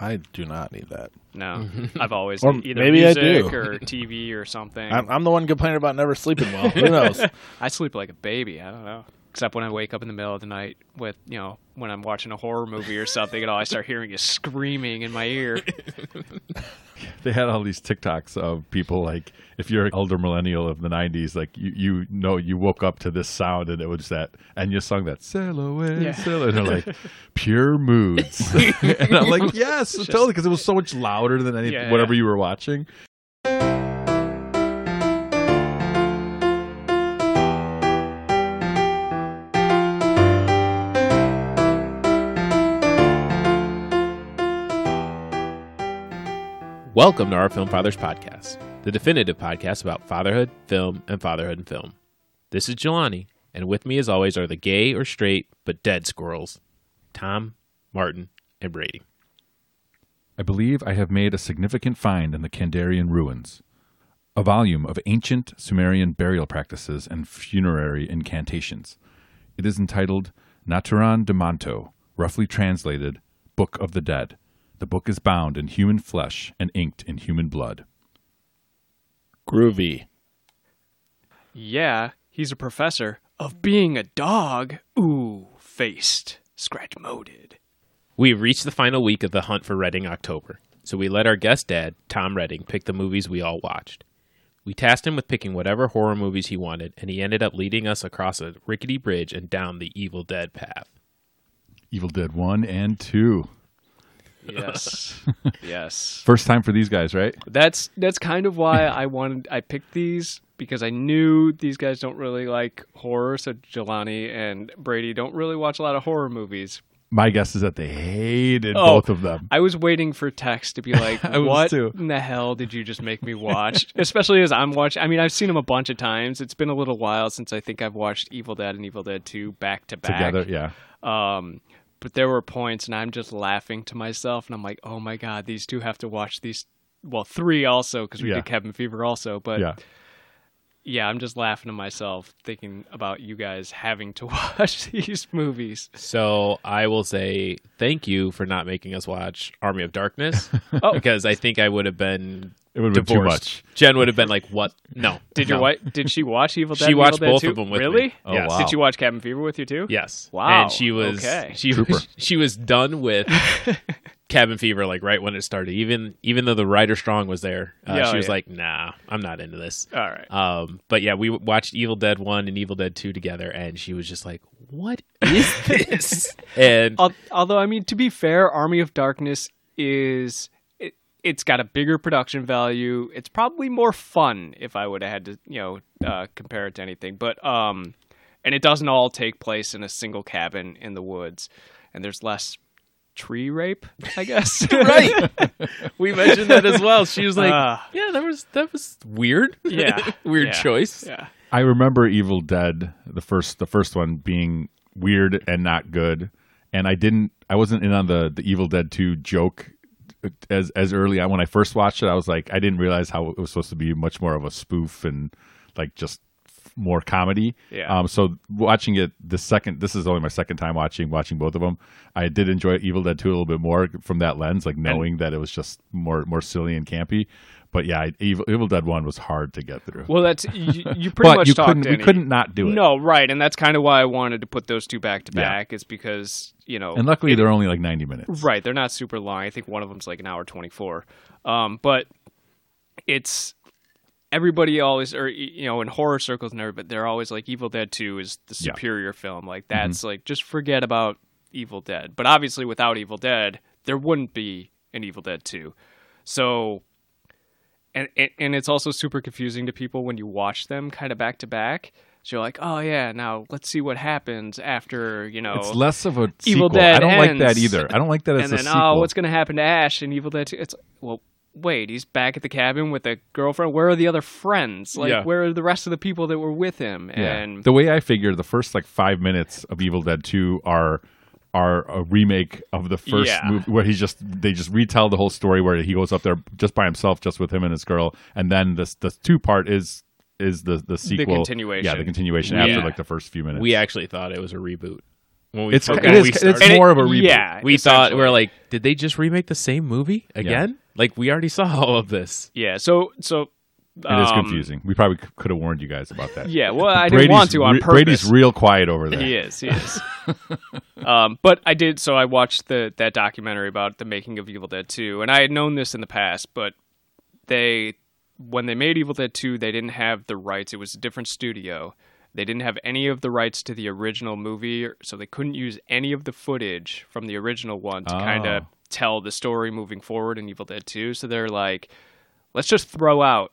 I do not need that. No, I've always Or either maybe I music do. or TV or something. I'm, I'm the one complaining about never sleeping well. Who knows? I sleep like a baby. I don't know. Except when I wake up in the middle of the night with, you know, when I'm watching a horror movie or something and all I start hearing is screaming in my ear. They had all these TikToks of people like, if you're an elder millennial of the '90s, like you you know you woke up to this sound and it was that, and you sung that "Sail Away, Yeah. Sail," Away," and they're like, pure moods. and I'm like, yes, totally, because it was so much louder than any Yeah, whatever you were watching. Welcome to our Film Fathers Podcast, the definitive podcast about fatherhood, film, and fatherhood and film. This is Jelani, and with me, as always, are the gay or straight but dead squirrels Tom, Martin, and Brady. I believe I have made a significant find in the Kandarian ruins a volume of ancient Sumerian burial practices and funerary incantations. It is entitled Naturan de Manto, roughly translated Book of the Dead. The book is bound in human flesh and inked in human blood. Groovy. Yeah, he's a professor of being a dog. Ooh, faced, scratch moded. We have reached the final week of the hunt for Reading October, so we let our guest dad, Tom Redding, pick the movies we all watched. We tasked him with picking whatever horror movies he wanted, and he ended up leading us across a rickety bridge and down the Evil Dead path. Evil Dead 1 and 2. Yes. yes. First time for these guys, right? That's that's kind of why I wanted I picked these because I knew these guys don't really like horror, so Jelani and Brady don't really watch a lot of horror movies. My guess is that they hated Oh. both of them. I was waiting for text to be like, I was "What too. in the hell did you just make me watch?" Especially as I'm watching. I mean, I've seen them a bunch of times. It's been a little while since I think I've watched Evil Dead and Evil Dead Two back to back Together, yeah. Um, but there were points, and I'm just laughing to myself, and I'm like, "Oh my god, these two have to watch these." Well, three also because we Yeah. did Cabin Fever also, but yeah. yeah. I'm just laughing to myself thinking about you guys having to watch these movies. So I will say thank you for not making us watch Army of Darkness Oh. because I think I would have been It would have been too divorced. much. Jen would have been like, "What? No." Did your No. wife? Did she watch Evil Dead? She and watched Evil Dead both 2? of them with me. really? Oh, Yes. wow. Did you watch Cabin Fever with you too? Yes. Wow, And she was okay. she Trooper. she was done with Cabin Fever like right when it started. Even even though the writer strong was there, uh, Yeah, she was yeah. Oh. like, "Nah, I'm not into this." All right. Um, but yeah, we watched Evil Dead One and Evil Dead Two together, and she was just like, "What is this?" and Al- although I mean, to be fair, Army of Darkness is it, it's got a bigger production value. It's probably more fun if I would have had to you know uh, compare it to anything. But um, and it doesn't all take place in a single cabin in the woods, and there's less tree rape, I guess. right. we mentioned that as well. She was like, Ah. "Yeah, that was that was weird. Yeah. weird Yeah. choice." yeah. I remember Evil Dead, the first the first one being weird and not good, and I didn't I wasn't in on the the Evil Dead 2 joke uh, as as early on when I first watched it. I was like I didn't realize how it was supposed to be much more of a spoof and like just more comedy. Yeah. Um so watching it the second this is only my second time watching watching both of them. I did enjoy Evil Dead 2 a little bit more from that lens like knowing that it was just more more silly and campy. But yeah, I- Evil, Evil Dead 1 was hard to get through Well, that's you, you pretty but much you talked couldn't, to we any- couldn't not do it. No, right, and that's kind of why I wanted to put those two back to Yeah. back is because you know And luckily, they're only like 90 minutes. Right, they're not super long. I think one of them's like an hour 24. Um, but it's everybody always or y- you know in horror circles and everybody they're always like Evil Dead 2 is the Yeah. Mm-hmm. superior film. Like that's like just forget about Evil Dead. But obviously without Evil Dead, there wouldn't be an Evil Dead 2. So and, and and it's also super confusing to people when you watch them kind of back to back. So you're like, "Oh yeah, now let's see what happens after, you know, It's less of a sequel. Evil Dead I don't like that ends. either. I don't like that as and a then sequel. oh, what's going to happen to Ash and Evil Dead? 2? It's well, wait, he's back at the cabin with a girlfriend. Where are the other friends? Like, Yeah. where are the rest of the people that were with him? Yeah. And the way I figure, the first like five minutes of Evil Dead 2 are are a remake of the first Yeah. movie where he just they just retell the whole story where he goes up there just by himself, just with him and his girl, and then this the two part is is the the sequel continuation. Yeah, the continuation Yeah. after like the first few minutes. We actually thought it was a reboot. when we It's when it is, we it's started. more of a reboot. Yeah, we thought we essentially. were like, did they just remake the same movie again? Like we already saw all of this. yeah. So so It is um, confusing. We probably c- could have warned you guys about that. Yeah, well, I Brady's didn't want to on re- purpose. Brady's real quiet over there. He is. He is. um, but I did. So I watched the that documentary about the making of Evil Dead Two, and I had known this in the past, but they when they made Evil Dead Two, they didn't have the rights. It was a different studio. They didn't have any of the rights to the original movie, so they couldn't use any of the footage from the original one to kind of Oh. tell the story moving forward in Evil Dead Two. So they're like, let's just throw out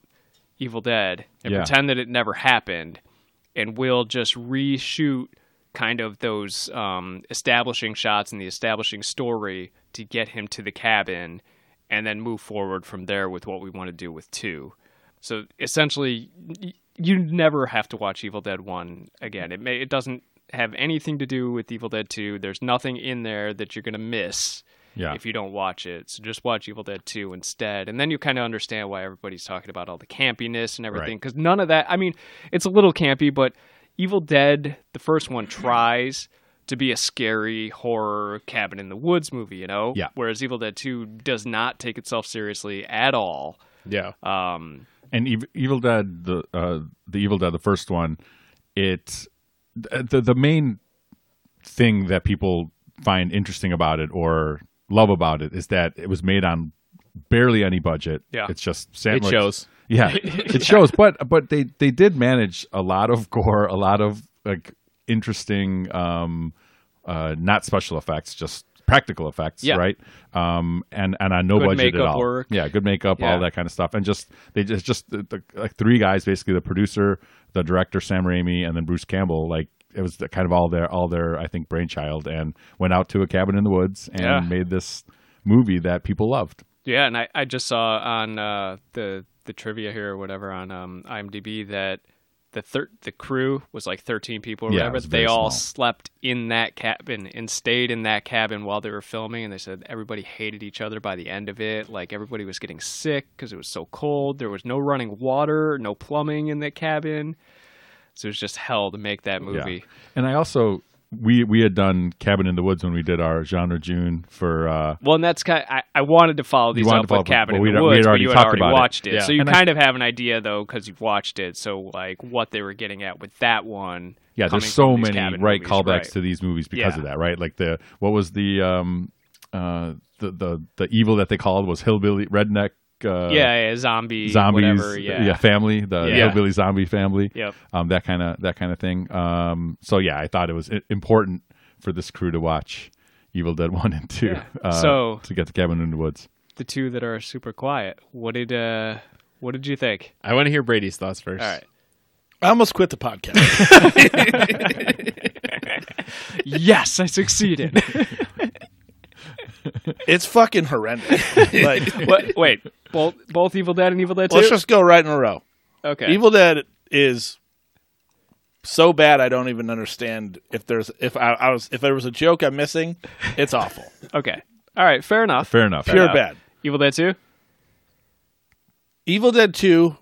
Evil Dead and Yeah. pretend that it never happened, and we'll just reshoot kind of those um, establishing shots and the establishing story to get him to the cabin, and then move forward from there with what we want to do with two. So essentially, y- you never have to watch Evil Dead One again. It may it doesn't have anything to do with Evil Dead Two. There's nothing in there that you're gonna miss Yeah. if you don't watch it. So just watch Evil Dead 2 instead. And then you kind of understand why everybody's talking about all the campiness and everything. Because none of that, I mean, it's a little campy, but Evil Dead, the first one, tries to be a scary horror cabin in the woods movie, you know? Yeah. Whereas Evil Dead 2 does not take itself seriously at all. Yeah. Um, and Ev- Evil Dead the uh, the Evil Dead the first one, it th- the the main thing that people find interesting about it or love about it is that it was made on barely any budget. Yeah. it's just sandwich. It shows. Yeah, it shows. But but they they did manage a lot of gore, a lot of like interesting, um, uh, not special effects, just practical effects, Yeah. right? Um, and and on no Good budget at makeup all. work. Yeah, good makeup, Yeah. all that kind of stuff, and just they just just the, the, like three guys, basically the producer, the director Sam Raimi, and then Bruce Campbell, like. It was the, kind of all their all their I think brainchild, and went out to a cabin in the woods and Yeah. made this movie that people loved. Yeah, and I, I just saw on uh, the the trivia here or whatever on um, IMDb that the thir- the crew was like 13 people or Yeah, it whatever. was They very small. all slept in that cabin and stayed in that cabin while they were filming, and they said everybody hated each other by the end of it. Like everybody was getting sick because it was so cold. There was no running water, no plumbing in the cabin, so it was just hell to make that movie. And I also we we had done Cabin in the Woods when we did our genre June for uh Well, and that's kind. Of, I, I wanted to follow these wanted up to follow with up with- Cabin but in we'd- the we had Woods, but already you had talked already about it. watched it, Yeah. so you And I- kind of have an idea though because you've watched it. So like what they were getting at with that one. yeah, coming there's from so these many cabin right movies, callbacks right. to these movies because of Yeah. that, right? Like the what was the um uh the the the evil that they called was hillbilly redneck uh yeah, yeah, zombie, zombies uh, whatever, yeah. family, the Yeah. hillbilly zombie family. Yep. Um that kind of that kind of thing. Um so yeah, I thought it was i- important for this crew to watch Evil Dead 1 and 2 Yeah. uh, So- to get the cabin in the woods. The two that are super quiet. What did uh, what did you think? I want to hear Brady's thoughts first. All right. I almost quit the podcast. yes, I succeeded. it's fucking horrendous. Like, What- Wait, both both Evil Dead and Evil Dead 2 let's just go right in a row. okay. Evil Dead is so bad I don't even understand if there's if I, I was if there was a joke I'm missing, it's awful. Okay. All right. Fair enough. Fair enough. Pure enough. bad. Evil Dead Two. Evil Dead 2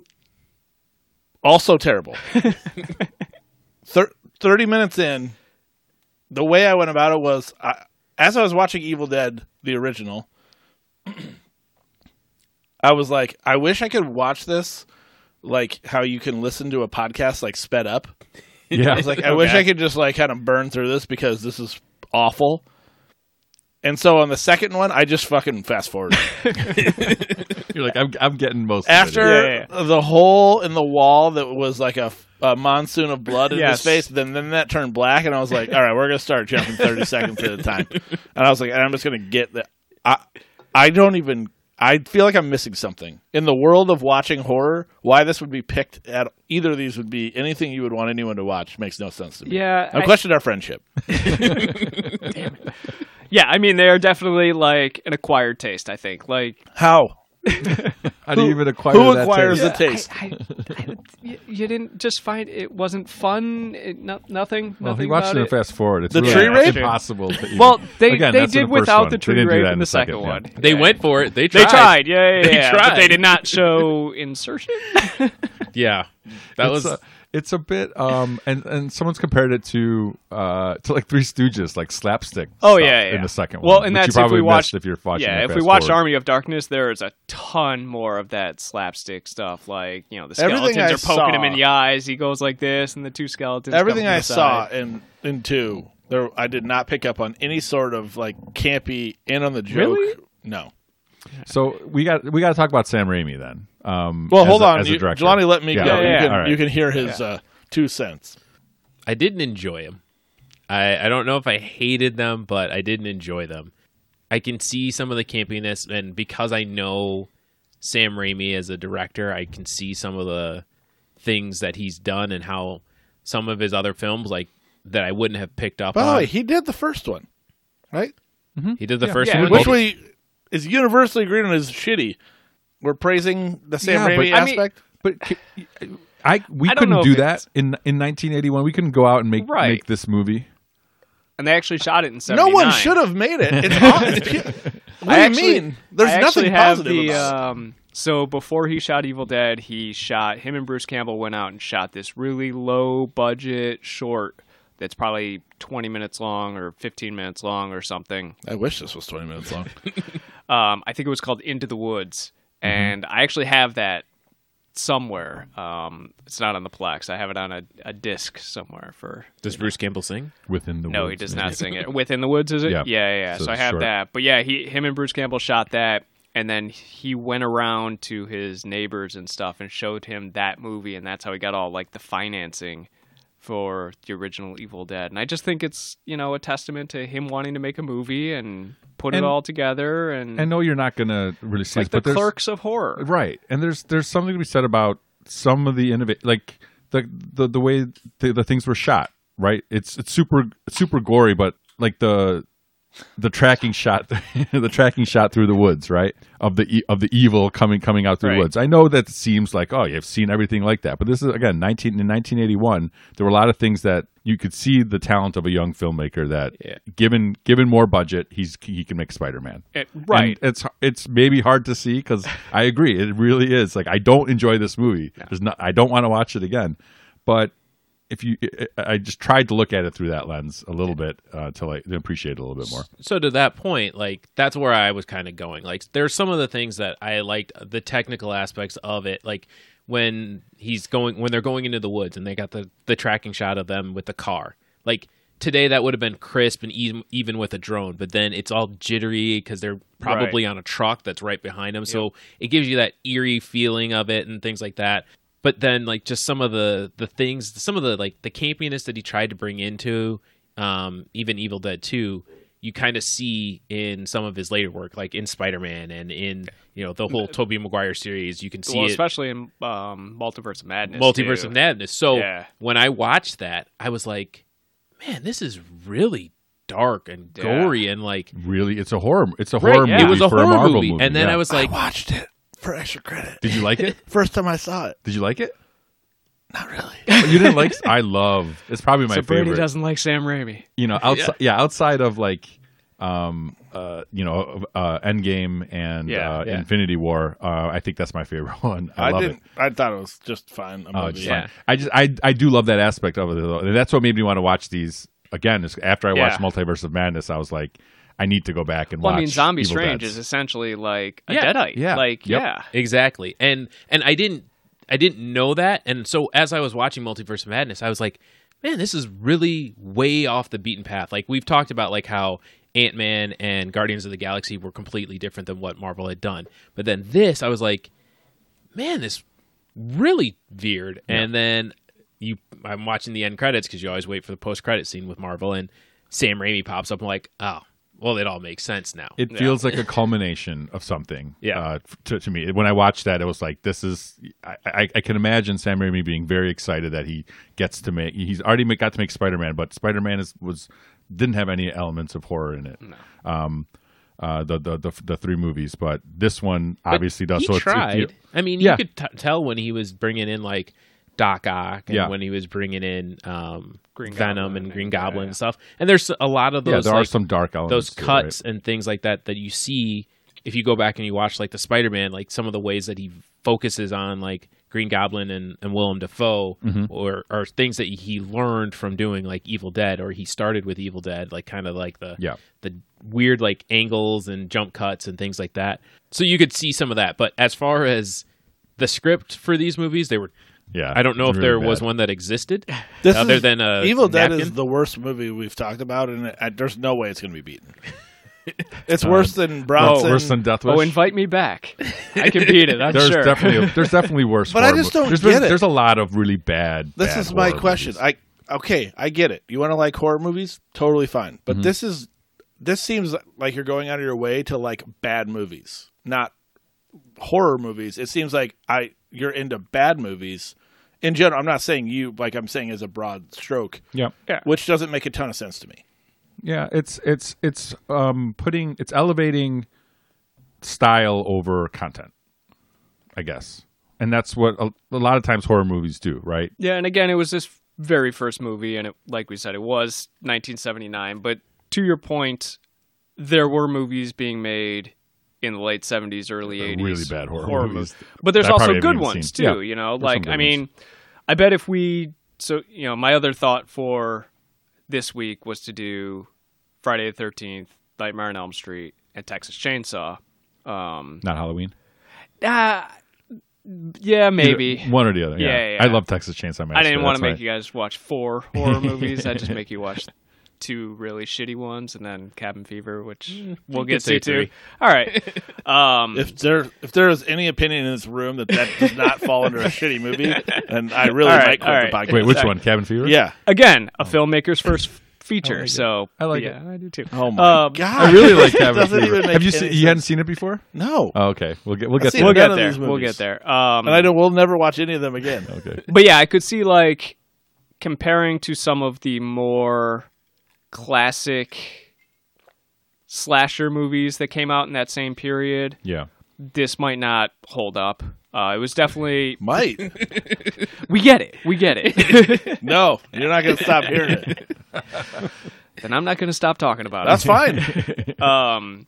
also terrible. Thir- 30 minutes in, the way I went about it was I, as I was watching Evil Dead the original, I was like, I wish I could watch this like how you can listen to a podcast like sped up. Yeah. I was like, I wish I could just like kind of burn through this because this is awful. And so on the second one, I just fucking fast forward. You're like I'm I'm getting most of it. after Yeah, the hole in the wall that was like a, a monsoon of blood in Yes. his face, then then that turned black, and I was like, all right, we're gonna start jumping thirty seconds at a time, and I was like, and I'm just gonna get that. I I don't even. I feel like I'm missing something in the world of watching horror. Why this would be picked at either of these would be anything you would want anyone to watch makes no sense to me. Yeah, I, I- questioned our friendship. Yeah, I mean they are definitely like an acquired taste. I think like How? How do you even acquire Who that acquires taste? the taste? I, I, you, you didn't just find it wasn't fun. It, no, nothing. Well, nothing he watched about it in it. fast forward. It's The really tree rape? impossible. To even- Well, they Again, they that's in did the first without one. the They tree didn't do rape that in the second, yeah. one. They Yeah. went for it. They They tried. tried. Yeah, yeah, They yeah. But tried. they did not show insertion. Yeah. That It's, was uh, it's a bit um and and someone's compared it to uh to like Three Stooges, like slapstick. Oh stuff yeah, yeah, in the second Well, one. and which that's you if probably we watched missed if you're watching. Yeah, it if we fast watched forward. Army of Darkness, there is a ton more of that slapstick stuff. Like you know, the Everything skeletons are I poking him in saw- the eyes. He goes like this, and the two skeletons. come Everything from I the saw side. in in two, there I did not pick up on any sort of like campy in on the joke. Really? No. So we got we got to talk about Sam Raimi then. Um, Well, as hold a- on. as a You, director. Jelani, let me Yeah, go. okay. You, Yeah. can, All right. you can hear his uh, two cents. I didn't enjoy them. I, I don't know if I hated them, but I didn't enjoy them. I can see some of the campiness, and because I know Sam Raimi as a director, I can see some of the things that he's done and how some of his other films, like that, I wouldn't have picked up By the on. way, he did the first one, right? he did the Yeah. first Yeah, one, Well, Which both- we is universally agreed on as shitty. We're praising the Sam Yeah, but- Raimi I mean- aspect. But c- I we I don't couldn't know if do it's- that in in 1981. We couldn't go out and make Right. make this movie. and they actually shot it in no '79. one should have made it. It's all, what do I you actually- mean? There's I actually nothing have positive the, about it. um, so before he shot Evil Dead, he shot him and Bruce Campbell went out and shot this really low budget short that's probably 20 minutes long or 15 minutes long or something. I wish this was 20 minutes long. Um, I think it was called Into the Woods, Mm-hmm. and I actually have that somewhere. Um, it's not on the Plex. I have it on a, a disc somewhere for does Bruce Campbell sing? Within the no, woods, he does maybe. not sing it. Within the Woods, is it? Yeah. Yeah, yeah. yeah. So So, I it's have short. that. But yeah, he, him and Bruce Campbell shot that, and then he went around to his neighbors and stuff and showed him that movie, and that's how he got all like the financing for the original Evil Dead. And I just think it's you know a testament to him wanting to make a movie and put And- it all together and. And no, you're not gonna really it's see like this, but the there's clerks of horror. right. And there's there's something to be said about some of the innovate like the the the way the, the things were shot. Right. It's it's super super gory, but like the the tracking shot the tracking shot through the woods right of the e- of the evil coming coming out through the Right. woods i know that seems like oh you've seen everything like that but this is again 19 in 1981 there were a lot of things that you could see the talent of a young filmmaker that Yeah. given given more budget he's he can make spider-man It- right. And it's it's maybe hard to see because i agree it really is like i don't enjoy this movie there's not i don't want to watch it again but if you, I I just tried to look at it through that lens a little bit uh, to like appreciate it a little bit more. so to that point like that's where i was kind of going like there's some of the things that i liked the technical aspects of it like when he's going when they're going into the woods and they got the the tracking shot of them with the car like today that would have been crisp and even even with a drone but then it's all jittery because they're probably on a truck that's right behind them so it gives you that eerie feeling of it and things like that but then like just some of the the things some of the like the campiness that he tried to bring into um even evil dead 2 you kind of see in some of his later work like in spider-man and in you know the whole toby maguire series you can see well, it especially in um, Multiverse of Madness. multiverse too. of madness so Yeah. when i watched that i was like man this is really dark and Yeah. gory and like Really, it's a horror. It's a Right, horror yeah. movie. it was a for horror Marvel movie. and then yeah. i was like I watched it for extra credit. Did you like it? First time I saw it. Did you like it? Oh, Not really. You didn't like? I love. It's probably my so Brady favorite. doesn't like Sam Raimi. you know, outside. Yeah. outside of like, um, uh, you know, uh, Endgame and Yeah, uh, yeah. Infinity War. Uh, I think that's my favorite one. I, I, love didn't. it. I thought it was just fine. A Oh, movie. just Yeah. fine. I just, I, I do love that aspect of it. Though. And that's what made me want to watch these again. Is after I watched Yeah. Multiverse of Madness, I was like, I need to go back and Well, watch. I mean, Zombie Evil Strange Deads. is essentially like a Yeah, deadite. yeah, Like, yep. yeah. Exactly. And and I didn't I didn't know that. And so as I was watching Multiverse of Madness, I was like, man, this is really way off the beaten path. Like we've talked about like how Ant Man and Guardians of the Galaxy were completely different than what Marvel had done. But then this, I was like, man, this really veered. And then you I'm watching the end credits because you always wait for the post credit scene with Marvel and Sam Raimi pops up. I'm like, oh, well, it all makes sense now. It feels like a culmination of something. Yeah. Uh, f- to, to me, when I watched that, it was like this is. I, I, I can imagine Sam Raimi being very excited that he gets to make. He's already ma- got to make Spider Man, but Spider Man is was didn't have any elements of horror in it. Um, uh, the, the the the three movies, but this one obviously does. He so it's- it's- tried. I mean, Yeah. you could t- tell when he was bringing in like Doc Ock, and Yeah. when he was bringing in um, Green Venom Goblin and and- Green yeah, Goblin yeah. and stuff. And there's a lot of yeah, those there are like, some dark elements. those to it, right? cuts and things like that that you see if you go back and you watch like the Spider-Man, like some of the ways that he focuses on like Green Goblin and, and Willem Dafoe, Mm-hmm. or or things that he learned from doing like Evil Dead, or he started with Evil Dead, like kind of like the Yeah. the weird like angles and jump cuts and things like that. So you could see some of that, but as far as the script for these movies, they were. Yeah, I don't know if really there was bad. one that existed This other is- than uh, a Evil Dead is napkin? the worst movie we've talked about, and I, there's no way it's going to be beaten. It's worse than Bronson. Uh, Worse than Death Wish. Oh, invite me back. I can beat it. I'm there's sure. definitely there's definitely worse. But I horror just mo- don't there's, get there's, it. There's a lot of really bad. this bad is my horror question. movies. I okay, I get it. You want to like horror movies, totally fine. Mm-hmm. But this is this seems like you're going out of your way to like bad movies, not horror movies. It seems like I you're into bad movies in general. I'm not saying you like I'm saying as a broad stroke, yeah, Yeah. which doesn't make a ton of sense to me. yeah. It's it's it's um putting it's elevating style over content, I guess, and that's what a, a lot of times horror movies do, right? Yeah, and again, it was this very first movie, and it, like we said, it was 1979. But to your point, there were movies being made in the late 70s, early 80s. Really bad horror, movies. But there's that I also probably haven't good even ones seen. too. Yeah, You know, there's some like good I mean, I bet if we so you know, my other thought for this week was to do Friday the Thirteenth, Nightmare on Elm Street, and Texas Chainsaw. Um, Not Halloween. ah, yeah, maybe. Either- one or the other. Yeah, Yeah, yeah. I love Texas Chainsaw Massacre. I didn't want that's to make why- you guys watch four horror movies. I just make you watch two really shitty ones, and then Cabin Fever, which we'll you could get say to too. three. All right. Um, If there if there is any opinion in this room that that does not fall under a shitty movie, then I really All right, might quit all the right. podcast. Wait, which one? Cabin Fever. Yeah. again, a filmmaker's first feature. so I like yeah, I do too. Oh my Um, god! I really like It Cabin doesn't even Fever. make Have you any seen? sense. You hadn't seen it before? No, Oh, okay. We'll get we'll get seen to We'll it. that. get none of there. these We'll movies. get there. Um, and I don't. We'll never watch any of them again. Okay. but yeah, I could see like comparing to some of the more classic slasher movies that came out in that same period. Yeah. This might not hold up. Uh, it was definitely Might we get it, we get it, no, you're not going to stop hearing it. and I'm not going to stop talking about That's it. fine. Um,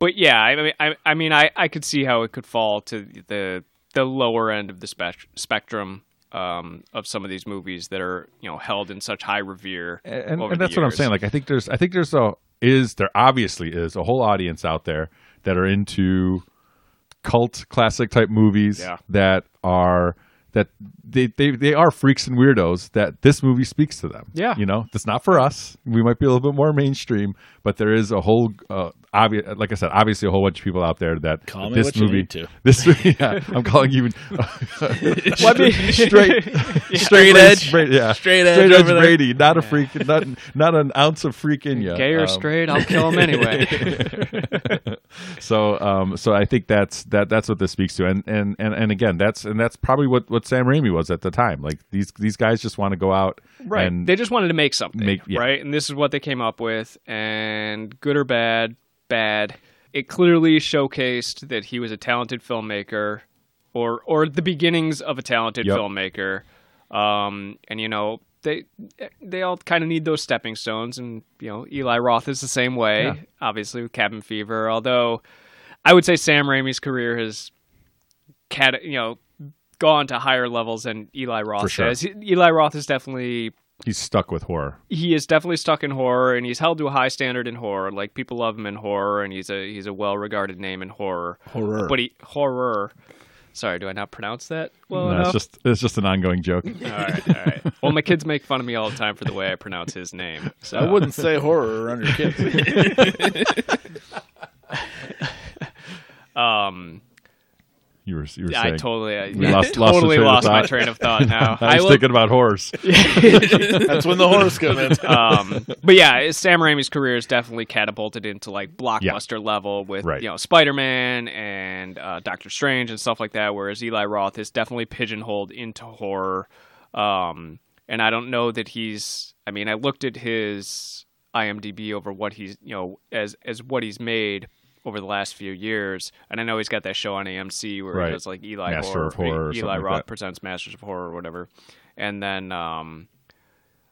but yeah, I mean, I, I mean, I, I could see how it could fall to the the lower end of the spec- spectrum um, of some of these movies that are you know held in such high revere. and, and over the that's what I'm years. saying. Like I think there's I think there's a is there obviously is a whole audience out there that are into cult classic type movies Yeah. that are that they, they they are freaks and weirdos that this movie speaks to them. Yeah. you know, that's not for us. We might be a little bit more mainstream, but there is a whole uh, obvious, like I said, obviously a whole bunch of people out there that Call me this what you movie need to. this movie. Yeah, I'm calling you Well, I mean- straight Straight edge. Bra- yeah. Straight edge Straight edge over there. Brady. Not a freak. Not not an ounce of freak in you. Gay or Um, straight, I'll kill him anyway. So um so I think that's that that's what this speaks to. And and and, and again that's and that's probably what what Sam Raimi was at the time. Like these these guys just want to go out right. and they just wanted to make something, Make- yeah. right? And this is what they came up with. And good or bad, bad. It clearly showcased that he was a talented filmmaker, or or the beginnings of a talented Yep. filmmaker. Um, and you know they they all kind of need those stepping stones, and you know Eli Roth is the same way, Yeah. obviously with Cabin Fever. Although I would say Sam Raimi's career has cat you know gone to higher levels than Eli Roth For sure. has. Eli Roth is definitely he's stuck with horror. he is definitely stuck in horror and he's held to a high standard in horror. Like people love him in horror and he's a he's a well regarded name in horror. Horror. But he horror. Sorry, do I not pronounce that well No, enough? it's just it's just an ongoing joke. All right, all right. Well, my kids make fun of me all the time for the way I pronounce his name. So I wouldn't say horror around your kids. Um, You were you were I saying. totally, I, We I lost- lost the totally train of lost my thought. train of thought now. I was will- thinking about horrors. That's when the horrors come in. um, but yeah, Sam Raimi's career is definitely catapulted into like blockbuster level with Right. you know Spider Man and uh, Doctor Strange and stuff like that. Whereas Eli Roth is definitely pigeonholed into horror, um, and I don't know that he's. I mean, I looked at his IMDb over what he's you know as as what he's made over the last few years, and I know he's got that show on AMC where Right. he does like Eli Master Horror, of Horror or Eli something like Roth that. presents Masters of Horror or whatever, and then. Um,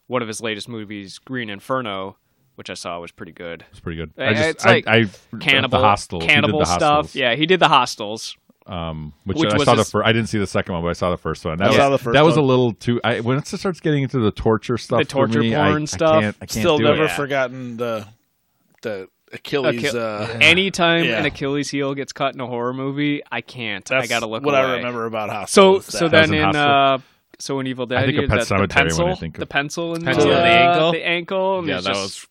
one of his latest movies, Green Inferno, which I saw was pretty good. It's pretty good. Uh, I just it's like I, I Cannibal, the hostels. He did cannibal the stuff. hostels, Yeah, he did the hostels. Um, which, Which I was saw the his- first. I didn't see the second one, but I saw the first one. That I was, saw the first That was a one. little too. I once it starts getting into the torture stuff, The for torture me, I- porn I stuff, can't- I can't Still do never it. Yeah. forgotten the the Achilles. Achil- uh, Anytime Yeah. an Achilles heel gets cut in a horror movie, I can't. I that's gotta look. what away. I remember about So Hospital. is so that. That was then in in Hostel. uh, so in Evil Dead, think you of Pet that the Sematary when I pencil, think of- the pencil, and Pencil the, and the uh, ankle? the ankle, and Yeah, he's that just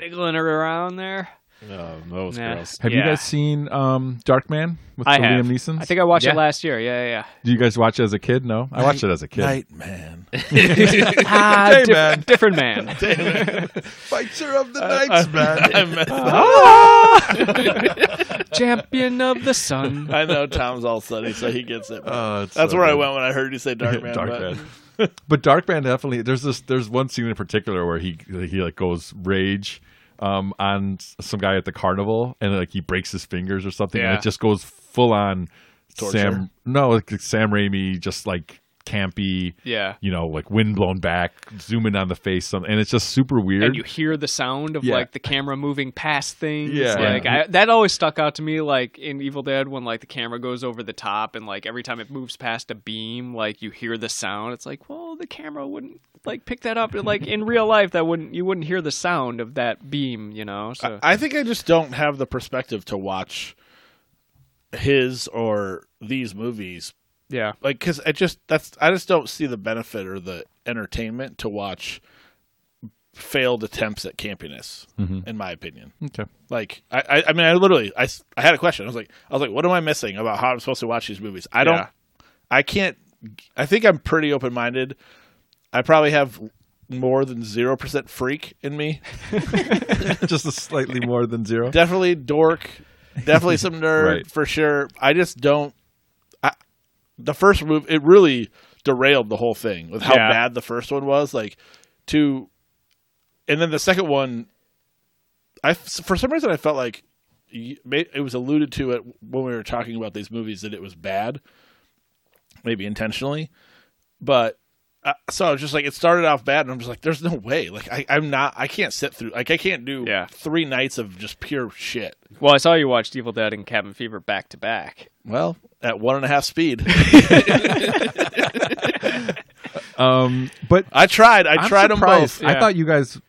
wiggling her around there. Oh, those Nah. girls. Have you Yeah. guys seen um, Dark Man with I the have. Liam Neeson? I think I watched Yeah. it last year. Yeah, yeah. Do you guys watch it as a kid? No, I watched it as a kid. Nightman, yeah. ah, Hey, diff- man. different man. Fighter of the Nights, man. champion of the sun. I know Tom's all sunny, so he gets it. Oh, it's That's so where I good. went when I heard you say Dark Man. Dark but- Man. but Dark Man definitely. There's this. There's one scene in particular where he he like goes rage um, on s- some guy at the carnival, and like he breaks his fingers or something, and Yeah. it just goes full on Torture. Sam. No, like Sam Raimi, just like campy. Yeah. You know, like wind blown back, zooming on the face, some, and it's just super weird. And you hear the sound of Yeah. like the camera moving past things. Yeah. Like Yeah. I, that always stuck out to me like in Evil Dead when like the camera goes over the top and like every time it moves past a beam, like you hear the sound. It's like, well, the camera wouldn't like pick that up. Like in real life that wouldn't you wouldn't hear the sound of that beam, you know. So I think I just don't have the perspective to watch his or these movies, yeah. like because I just that's I just don't see the benefit or the entertainment to watch failed attempts at campiness, in my opinion. okay. Like I, I, I mean, I literally, I, s- I had a question. I was like, I was like, what am I missing about how I'm supposed to watch these movies? I don't, Yeah. I can't. I think I'm pretty open minded. I probably have more than zero percent freak in me. just a slightly more than zero. Definitely dork. Definitely some nerd Right. for sure. I just don't. I, the first move, it really derailed the whole thing with how Yeah. bad the first one was. Like to, and then the second one, I for some reason I felt like you- may- it was alluded to it when we were talking about these movies that it was bad, maybe intentionally, but uh, so I was just like it started off bad, and I'm just like, there's no way, like I, I'm not, I can't sit through, like I can't do Yeah. three nights of just pure shit. Well, I saw you watched Evil Dead and Cabin Fever back to back. Well, at one and a half speed, Um, but I tried, I I'm tried them surprised. both. Yeah. I thought you guys,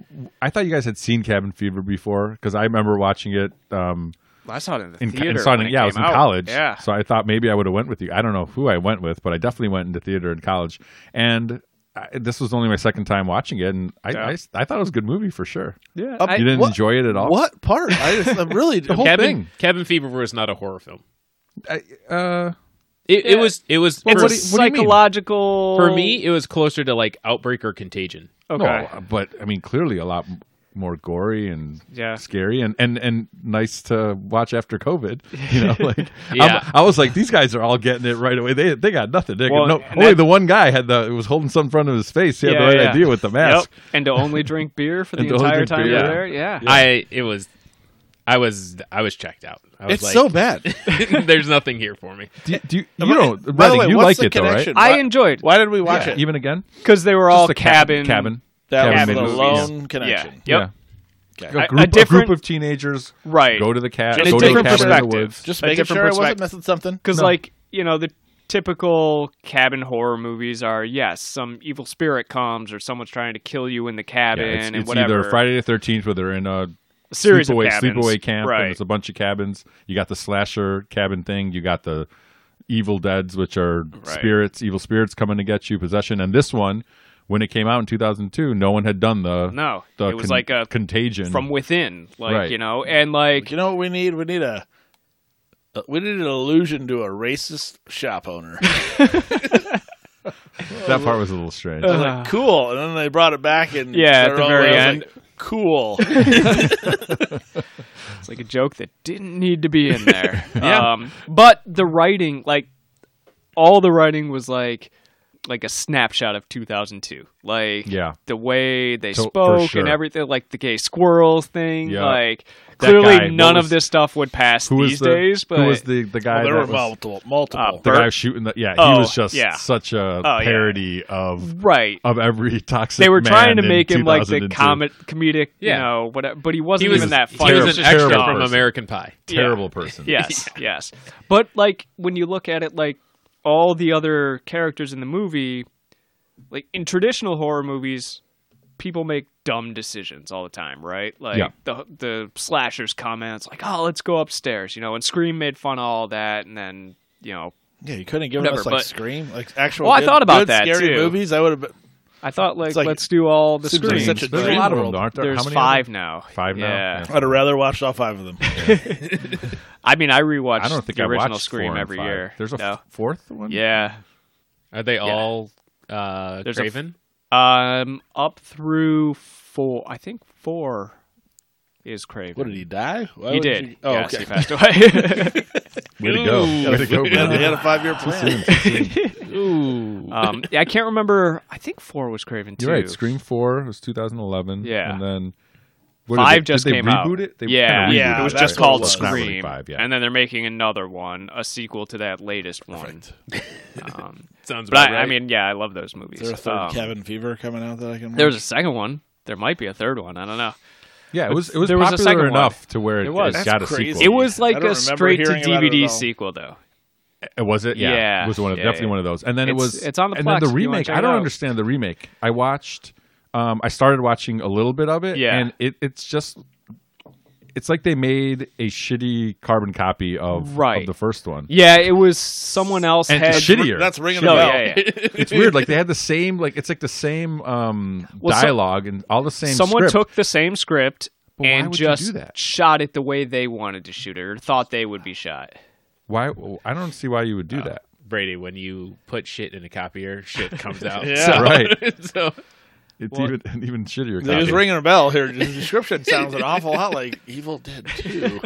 I thought you guys had seen Cabin Fever before because I remember watching it um, I saw it in the in, theater. in saw it in- when it yeah, I was in came out. college. Yeah. So I thought maybe I would have went with you. I don't know who I went with, but I definitely went into theater in college. And I, this was only my second time watching it, and I, Yeah. I s- I thought it was a good movie for sure. Yeah. Up- I- You didn't What? enjoy it at all. What part? I just, I'm really The whole Cabin, thing. Cabin Fever is not a horror film. I, uh, It, Yeah. it was. It was. it's for, a what do you mean? psychological for me, it was closer to like Outbreak or Contagion. Okay. no, but I mean, clearly a lot m- more gory and Yeah. scary and, and, and nice to watch after COVID. You know, like Yeah. I'm- I was like, these guys are all getting it right away. They they got nothing. They Well, got no, and only that- the one guy had the was holding something in front of his face. He had Yeah, the right yeah. idea with the mask. Yep. And to only drink beer for the And to only entire drink time beer. you're Yeah. there. Yeah. I. It was. I was. I was checked out. I was It's like, so bad. there's nothing here for me. Do, do you, you know, Redding, you like it though, right? I enjoyed Why did we watch Yeah. it? Even again, because they were Just all the cabin. cabin. That Cabin was the movies. lone Yeah. connection. Yep. Okay. A A- a group, a, different- group of teenagers Right. go to the cat. Just go a to the different cabin in the perspective. woods. Just A making different sure I wasn't perspect- missing something. Because No. like you know the typical cabin horror movies are yes some evil spirit comes or someone's trying to kill you in the cabin Yeah, it's and it's whatever. either Friday the Thirteenth, where they're in a A series of sleepaway cabins. sleepaway camp, Right. and it's a bunch of cabins. You got the slasher cabin thing. You got the Evil Dead's, which are spirits, evil spirits coming to get you, possession. And this one, when it came out in 2002, no one had done the No, The it was con- like a contagion from within, like Right. you know, and like You know what we need? We need a uh, we need an allusion to a racist shop owner. that part was a little Uh, strange. I was like, cool. And then they brought it back and Ah. Yeah, at their the own very way. I was end. like, cool. It's like a joke that didn't need to be in there. um, but the writing, like all the writing was like like a snapshot of 2002. Like Yeah. the way they To- for spoke sure. and everything, like the gay squirrels thing. Yeah. Like That clearly, guy, what none was- of this stuff would pass Who was these the, days. But who was the the guy Well, there that were was- multiple, multiple. the Bert? guy shooting the yeah Oh, he was just yeah. Oh, such a yeah. parody of right, of every toxic. they were man trying to in make him like the 2002. comic comedic, Yeah. you know, whatever. But he wasn't even that he funny. was It an just extra terrible from person. American Pie. terrible person. Yes, yes. But like when you look at it, like all the other characters in the movie, like in traditional horror movies, people make dumb decisions all the time, right? Like Yeah. the the slashers comments, like "Oh, let's go upstairs," you know, and Scream made fun of all that, and then you know, yeah, you couldn't give Whatever, us like but- Scream, like actual. Well, I good- thought about good that, scary too. movies. I would have. been I thought like, It's like- let's do all the seems like Screams. such a There's a dream lot of them, world. aren't there? How There's many five Of now. them? Five now. Yeah. Yeah. I'd have rather watched all five of them. I mean, I rewatch I don't think the I original watched Scream four and every five. year. There's a no. f- fourth one. yeah. Are they all uh, There's a f- Craven? Um, up through four. I think four is Craven. what did he die? Why He would did. you- Oh, yes, okay. he passed away. Way to go. Ooh. Way to go, Yeah, brother. they had a five-year plan. Ooh. um, yeah, I can't remember. I think four was Craven too. You're right. Scream Four was 2011. Yeah. and then what Five did they, just did they came out. reboot it. They yeah, kinda Yeah, it rebooted was that's just what it called was. It's not really Scream, Five, yeah. and then they're making another one, a sequel to that latest one. Um, Sounds but I, about I right. mean, yeah, I love those movies. Is there a third Um, Kevin Fever coming out that I can? there's a second one. There might be a third one. I don't know. yeah, it was it was There was a second popular one. enough to where it, It was. it got a That's crazy. sequel. It was I like don't a remember straight to hearing about it at DVD all. sequel, though. It Uh, was it? Yeah. Yeah. It was one of Yeah, definitely yeah. one of those. And then It's- it was it's on the And Plex then if the you wanna remake. check I it don't out. understand the remake. I watched um I started watching a little bit of it Yeah. and it, it's just it's like they made a shitty carbon copy of, Right. of the first one. Yeah, it was someone else And had. shittier. That's ringing a No, bell. yeah, yeah. it's weird. Like they had the same like it's like the same um Well, so- dialogue and all the same someone script. took the same script But why and would you do just that? shot it the way they wanted to shoot it or thought they would be shot. why I don't see why you would do Oh. that. Brady, when you put shit in a copier, shit comes out. Yeah. Right. so It's even an even shittier It was copy. ringing a bell here. The description sounds an awful lot like Evil Dead 2.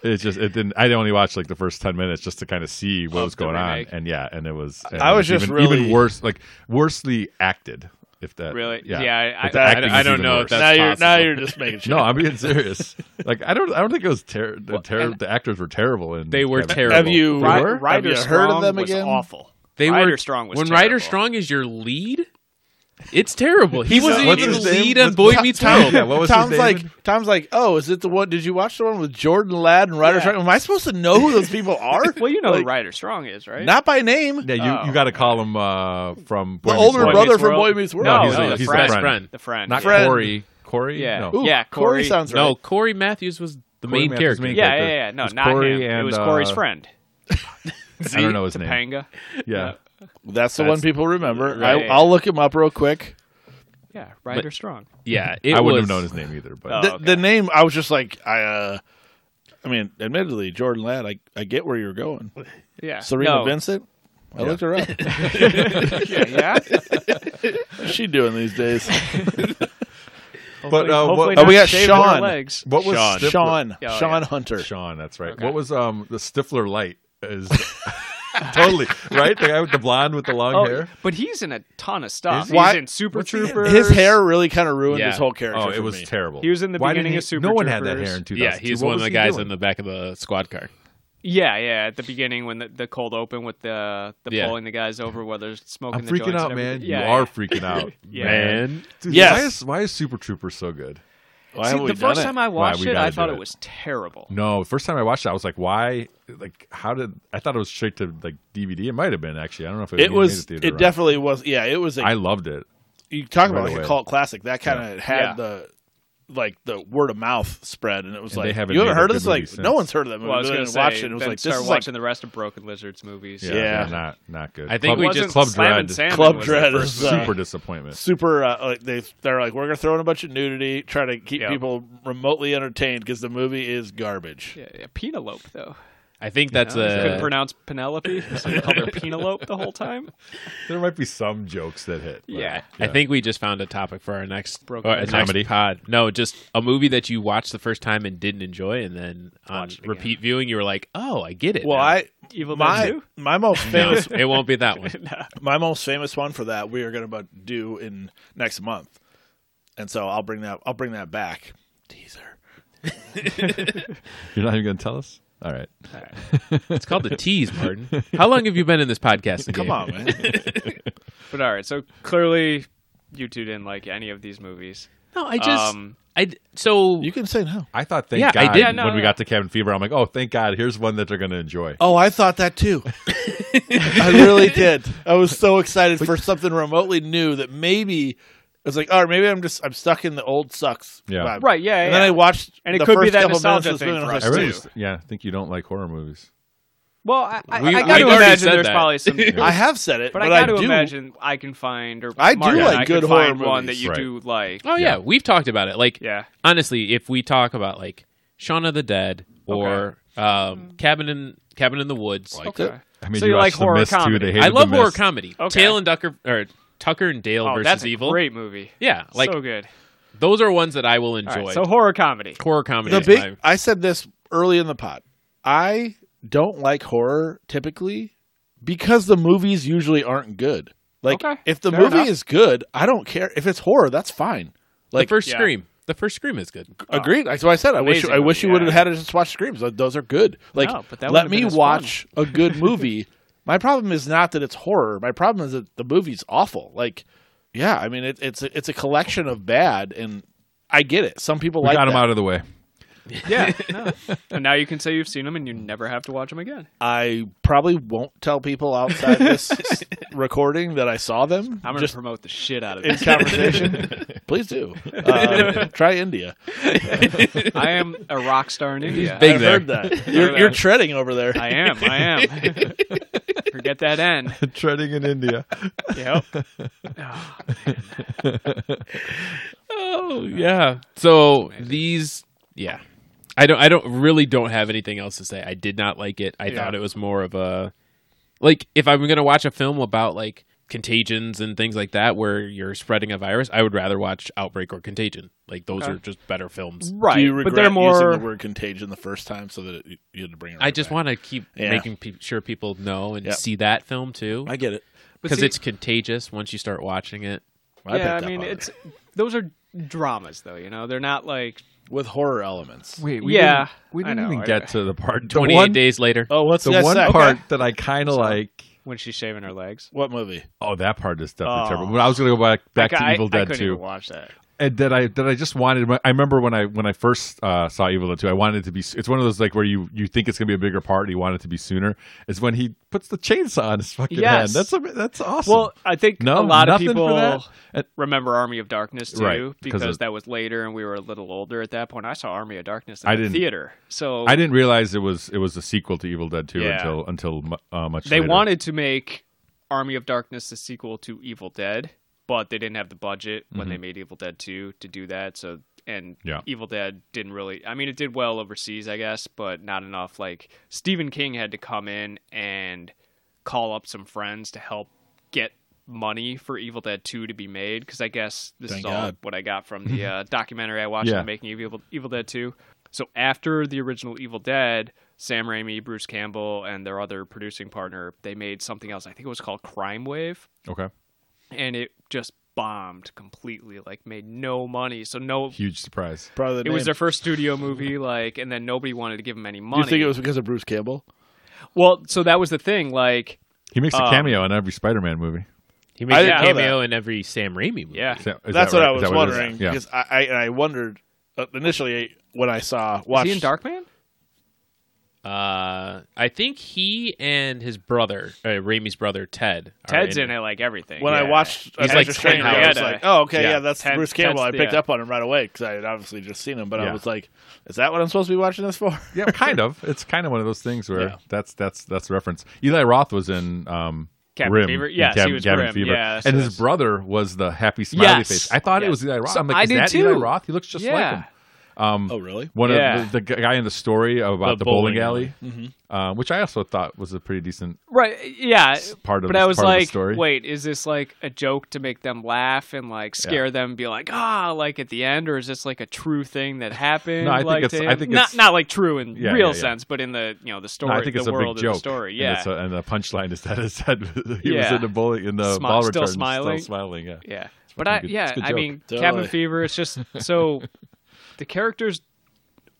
It's just it didn't. I only watched like the first ten minutes just to kind of see what Of was the going on, remake. and yeah, and it was. and I it was just even, really- even worse, like worsely acted. If that Really? yeah, Yeah, I- But the I- acting I- I is don't even know worse. if that's- now you're now possible. you're just making shit. no, I'm being serious. like I don't, I don't think it was terrible. The, ter- the actors were terrible, and they were terrible. have you, Ry- have Ryder you heard Strong of them was again? awful. They Ryder were Strong was when terrible. Ryder Strong is your lead. It's terrible. He He's wasn't a- what's even his the name? lead on What's- Boy Tom- Meets Tom- World. Yeah, what was his Tom's name? like Tom's like, oh, is it the one? Did you watch the one with Jordan Ladd and Ryder Yeah. Strong? Am I supposed to know who those people are? Well, you know Like, who Ryder Strong is, right? not by name. Yeah, you, you Oh. got to call him uh, from the Boy Meets older World. brother Meets from World? Boy Meets World. No, No, he's, no, a, he's the a friend. friend. the friend. not Friend. Corey. Corey, Yeah. no, Ooh, Yeah, Corey Corey. sounds right. No, Corey Matthews was the Corey main Matthews character. main yeah, character. yeah, yeah. No, It was not Corey him. it and, was Corey's uh, friend, I don't know his name. Topanga. Yeah, that's the one That's- people remember. Right. I, I'll look him up real quick. Yeah, Ryder Strong. Yeah, it I wouldn't have was- known his name either, but Oh. the, okay. the name I was just like I uh I mean, admittedly, Jordan Ladd, I, I get where you're going. Yeah, Serena no. Vincent? I looked her up. Yeah, yeah. What's she doing these days? But, uh, Hopefully what- Oh, we not got shaved her Sean. Legs. what was Sean. Stifler- Sean. yeah. Sean Hunter. Sean, that's right. What was um the Stifler light is totally right. The guy with the blonde with the long Oh, hair. but he's in a ton of stuff. Is he? He's in Super What's he in? Troopers. His hair really kind of ruined Yeah. his whole character. Oh, it for was me. terrible. He was in the Why didn't beginning he- of Super No one had that Troopers. hair in 2000. Yeah, he's one of the guys in the back of the squad car. Yeah, yeah. At the beginning, when the, the cold open with the the Yeah. pulling the guys over while they're smoking. I'm the freaking joints out, and man. everything. you Yeah, are yeah. freaking out, Yeah. man. Dude, Yes. Why is, why is Super Trooper so good? Why See, haven't we the first done time it? I watched we it, gotta I thought do it it. Mm. was terrible. No, first time I watched it, I was like, why? Like, how did? I thought it was straight to like DVD. It might have been actually. I don't know if it, It even was. Made it It theater run. definitely was. Yeah, it was. A, I loved it. you talk about right like away. a cult classic. That kind of had Yeah. the like the word of mouth spread, and it was And they like haven't you haven't made a heard good of this. movie Like since. no one's heard of that movie. Well, I was And going I to watched it. and It was like this start is like watching the rest of Broken Lizards movies. Yeah, Yeah. not not good. I think Club, we It just- wasn't Club Slam Dread. and Salmon Club was the Dread first is, one. uh, super disappointment. super. Uh, like they they're like we're gonna throw in a bunch of nudity, try to keep Yeah. people remotely entertained because the movie is garbage. Yeah, yeah, Penelope though. I think that's You couldn't a. pronounce Penelope. So they called her Penelope the whole time. There might be some jokes that hit. but- Yeah. I think we just found a topic for our next, or Broken our next Comedy. pod. No, just a movie that you watched the first time and didn't enjoy, and then on Watched it again. repeat viewing, you were like, "Oh, I get it." Well, now. I Evil Dead my 2? my most No, famous it won't be that one. my most famous one for that we are going to do in next month, and so I'll bring that I'll bring that back. Teaser. You're not even going to tell us? All right. It's called the tease, Martin. How long have you been in this podcasting? Come game? on, man. But all right, so clearly you two didn't like any of these movies. No, I just Um, I so you can say no. I thought, thank Yeah, I God, did. Yeah, no, when we no. got to Cabin Fever, I'm like, oh, thank God, here's one that they're going to enjoy. Oh, I thought that too. I really did. I was so excited for something remotely new that maybe I was like, all right, maybe I'm just I'm stuck in the old sucks. Yeah. vibe. Right, yeah, And yeah. then I watched, And it the could be first that couple minutes nostalgia of this thing movie, and for I was us, I like, really, "Dude, yeah, I think you don't like horror movies. Well, I, I, We- I we'd gotta already imagine said there's that. probably some, I have said it, but, but, I gotta do. imagine I can find or I do Martin, like I good can horror find one that movies. you Right. do like. Oh yeah. Yeah. we've talked about it. Like Yeah. honestly, if we talk about like Shaun of the Dead or um, Cabin in Cabin in the Woods, Liked it. Okay. Oh, I mean, So you you like watched The horror Mist, too. comedy. They hated I The love horror Mist. comedy. Okay. Tail and Ducker or Tucker and Dale Oh, versus that's a Evil. great movie. yeah, like so good. those are ones that I will All enjoy. right, so horror comedy. horror comedy. The is my- big, I said this early in the pod. I don't like horror typically because the movies usually aren't good. Like Okay, if the fair movie enough. is good, I don't care. If it's horror, that's fine. Like the first yeah. Scream. The first Scream is good. Agreed. That's why I said I wish uh, Amazing I wish you movie, would have yeah. had us just watch Screams. Like, Those are good. Like No, but that let wouldn't have me been as watch a good movie. My problem is not that it's horror. My problem is that the movie's awful. Like yeah, I mean it, it's a, it's a collection of bad and I get it. Some people We like got that. them out of the way. Yeah. no. And now you can say you've seen them and you never have to watch them again. I probably won't tell people outside this s- recording that I saw them. I'm gonna just promote the shit out of in this. conversation. Please do. Uh, try India. I am a rock star in India. big I there. heard that. You're, you're treading over there. I am. I am. Forget that N. Treading in India. Yep. Ah, Oh yeah. So these yeah. I don't I don't really don't have anything else to say. I did not like it. I thought it was more of a like if I'm going to watch a film about like contagions and things like that where you're spreading a virus, I would rather watch Outbreak or Contagion. Like those Okay. are just better films. Right. Do you regret but they're more using the word contagion the first time so that it, you had to bring it? Right I just back? want to keep Yeah. making pe- sure people know and Yep. see that film too I get it. but because see- it's contagious once you start watching it. I picked yeah, I up mean, on it. it's those are dramas though. You know, they're not like with horror elements. Wait, Yeah, didn't- we I didn't know. even get to the part. the 28 one- days later. Oh, what's The that one sec- part Okay. that I kind of like. when she's shaving her legs. What movie? Oh, that part is definitely Oh. terrible. But I was going to go back back Like, to I, Evil I Dead couldn't too. even watch that. and that I that I just wanted. I remember when I when I first uh, saw Evil Dead Two, I wanted it to be. It's one of those like where you you think it's gonna be a bigger part, and you want it to be sooner. Is when he puts the chainsaw on his fucking Yes. hand. That's a, that's awesome. Well, I think no, a lot of nothing for people that. And- remember Army of Darkness too, Right, 'cause because of- that was later and we were a little older at that point. I saw Army of Darkness in I the didn't- theater, so I didn't realize it was it was a sequel to Evil Dead Two Yeah. until until mu- uh, much. they later. wanted to make Army of Darkness a sequel to Evil Dead, but they didn't have the budget when they made Evil Dead 2 to do that. So and Mm-hmm. Yeah. Evil Dead didn't really I mean it did well overseas, I guess, but not enough like Stephen King had to come in and call up some friends to help get money for Evil Dead 2 to be made cuz I guess this Thank is all God. what I got from the uh, documentary I watched Yeah. on the making of Evil, Evil Dead 2. So after the original Evil Dead, Sam Raimi, Bruce Campbell, and their other producing partner, they made something else. I think it was called Crime Wave, Okay, and it just bombed completely. Like made no money, so no. huge surprise. Probably the It was name. their first studio movie, like, and then nobody wanted to give them any money. You think it was because of Bruce Campbell? well, so that was the thing. Like, He makes a Um, cameo in every Spider-Man movie. He makes a didn't know that. cameo in every Sam Raimi movie. yeah, Is that- is That's that what right? I Is was that what it is? wondering Yeah. because I, I and I wondered uh, initially when I saw was watched he in Darkman? Uh, I think he and his brother, uh, Raimi's brother Ted. are Ted's in it, like everything. when I Yeah. watched He's He's like like Strange, Ted I was Howard. like, oh, okay, Yeah. yeah, that's Ted- Bruce Campbell. Ted's- I picked yeah. up on him right away because I had obviously just seen him, but Yeah. I was like, is that what I'm supposed to be watching this for? yeah, kind of. It's kind of one of those things where Yeah. that's that's that's the reference. Eli Roth was in um, Cabin Rim. Fever? in Yes, he Cab- was Cabin Rim. Fever. Yeah, so and his that's- brother was the happy smiley Yes. face. I thought it Yes. was Eli Roth. So I'm like, I is did that too. Eli Roth? He looks just like Yeah. him. Um, Oh, really? one Yeah. of the, the guy in the story about the, The bowling bowling, alley, uh, which I also thought was a pretty decent Right. Yeah. part of. But I was part of the like, story. wait, is this like a joke to make them laugh and like scare them, be like, ah, like at the end, or is this like a true thing that happened? No, I think like, it's- to I him? think not it's- not like true in Yeah, real yeah, yeah. sense, but in the you know the story, No, I think the it's a world big joke. of the story. and Yeah. it's a- and, the punchline is that, is that he was Yeah. in the bowling in the Smi- ball still return, smiling. still smiling. Yeah, yeah. But I good- yeah, it's a good I joke. mean, Cabin Totally. Fever. It's just so the characters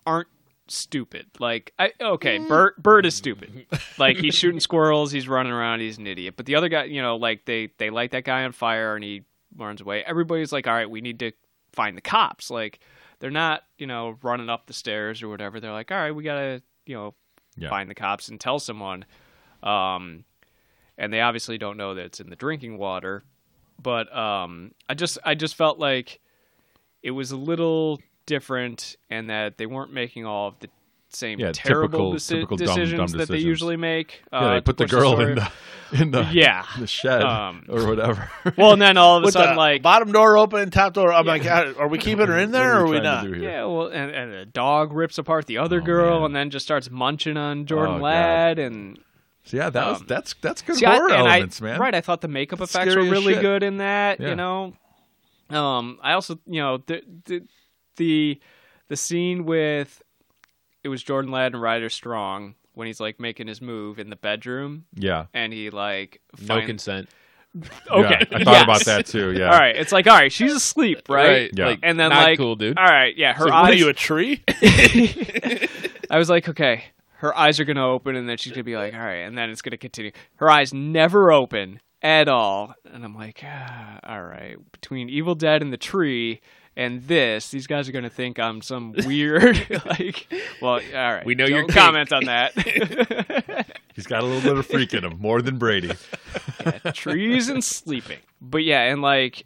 aren't stupid. Like I okay, Mm. Bert Bert is stupid. Like he's shooting squirrels, he's running around, he's an idiot. But the other guy, you know, like they they light that guy on fire and he runs away. Everybody's like, all right, we need to find the cops. Like they're not you know running up the stairs or whatever. They're like, all right, we gotta you know Yeah. find the cops and tell someone. Um, and they obviously don't know that it's in the drinking water. But um, I just I just felt like it was a little different and that they weren't making all of the same Yeah, typical- terrible deci- typical dumb, dumb decisions that they decisions. usually make. Yeah, uh, they to put the push girl in story- the in the Yeah. the shed Um, or whatever. Well, and then all of a With sudden, the like bottom door open, top door. I'm like, "How- are we keeping her in What there or are we trying to not? do here? yeah, well, and, and the dog rips apart the other Oh, girl man. and then just starts munching on Jordan Oh, God. Ladd and So yeah, that was Um, that's that's good See, I- horror and I- elements, man. Right, I thought the makeup That's effects were scary as really shit. good in that. Yeah. You know, um, I also you know the the the, the scene with it was Jordan Ladd and Ryder Strong when he's like making his move in the bedroom Yeah. and he like No find- consent. okay Yeah, I thought about yes. that too. Yeah. All right, it's like all right, she's asleep, right? Yeah. Like, And then not like cool, dude. All right, yeah, her Like, what eyes. are you a tree? I was like, okay, her eyes are gonna open, and then she's gonna be like, all right, and then it's gonna continue. Her eyes never open at all, and I'm like, ah, all right, between Evil Dead and the tree and this, these guys are gonna think I'm some weird like. Well, all right, We know don't your kink. comment on that. He's got a little bit of freak in him, more than Brady. trees and sleeping, but yeah, and like.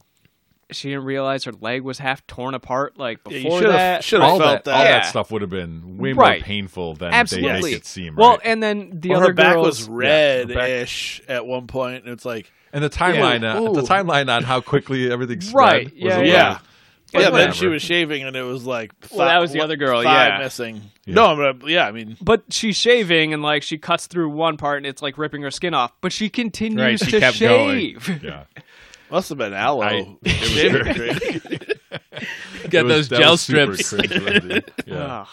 She didn't realize her leg was half torn apart like Yeah, you before should've- that. should've all that, felt that. all Yeah. that stuff would have been way Right. more painful than they Absolutely. make it seem. Well, right? and then the Well, other her back girls, was red-ish at one point, and it's like, and the timeline, Yeah. uh, the Ooh. timeline on how quickly everything spread Right, was yeah, a yeah. lot. yeah. But then whatever. she was shaving, and it was like, Well, thigh- that was the one other girl, thigh yeah. missing. Yeah. No, but yeah, I mean, but she's shaving and like she cuts through one part and it's like ripping her skin off, but she continues Right, she to kept going. shave. Yeah, must have been aloe. I- Shaving cream. Got It was- those that gel was super strips. cringeworthy. yeah. Ugh.